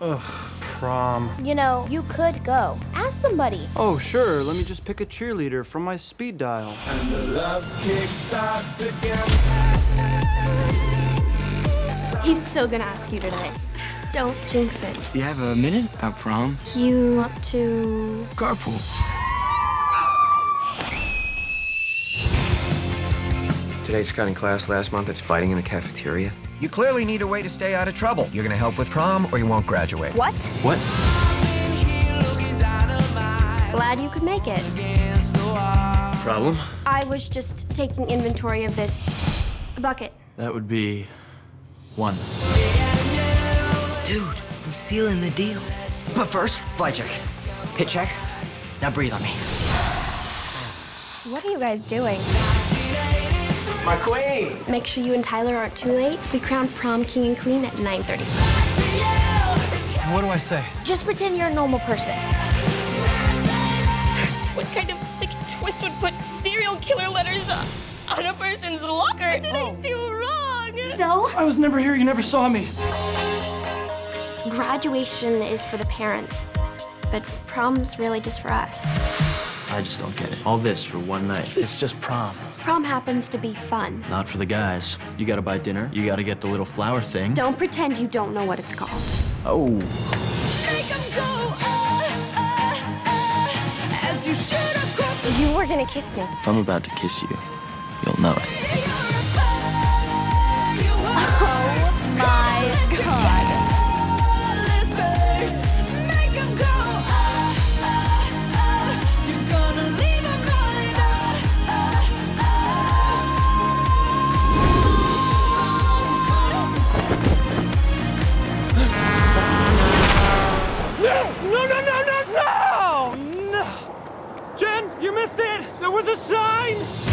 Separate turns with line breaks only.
Ugh, prom.
You know, you could go. Ask somebody.
Oh, sure, let me just pick a cheerleader from my speed dial.
And the love kick starts again.
He's so gonna ask you tonight. Don't jinx it.
Do you have a minute about prom?
You want to.
Carpool.
Today's got in class last month. It's fighting in the cafeteria.
You clearly need a way to stay out of trouble. You're going to help with prom or you won't graduate.
What?
What?
Glad you could make it.
Problem?
I was just taking inventory of this bucket.
That would be one.
Dude, I'm sealing the deal.
But first, fly check. Pit check. Now breathe on me.
What are you guys doing?
My queen!
Make sure you and Tyler aren't too late. We crowned prom king and queen at 9:30.
What do I say?
Just pretend you're a normal person.
What kind of sick twist would put serial killer letters on a person's locker? What did I do wrong?
So,
I was never here, you never saw me.
graduation is for the parents, but prom's really just for us.
I just don't get it. All this for one night. It's just prom.
Prom happens to be fun.
Not for the guys. You gotta buy dinner. You gotta get the little flower thing.
Don't pretend you don't know what it's called.
Oh.
uh,
You were gonna kiss me.
If I'm about to kiss you, you'll know it.
Oh uh,
No, no, no, no, no! No! Jen, you missed it! There was a sign!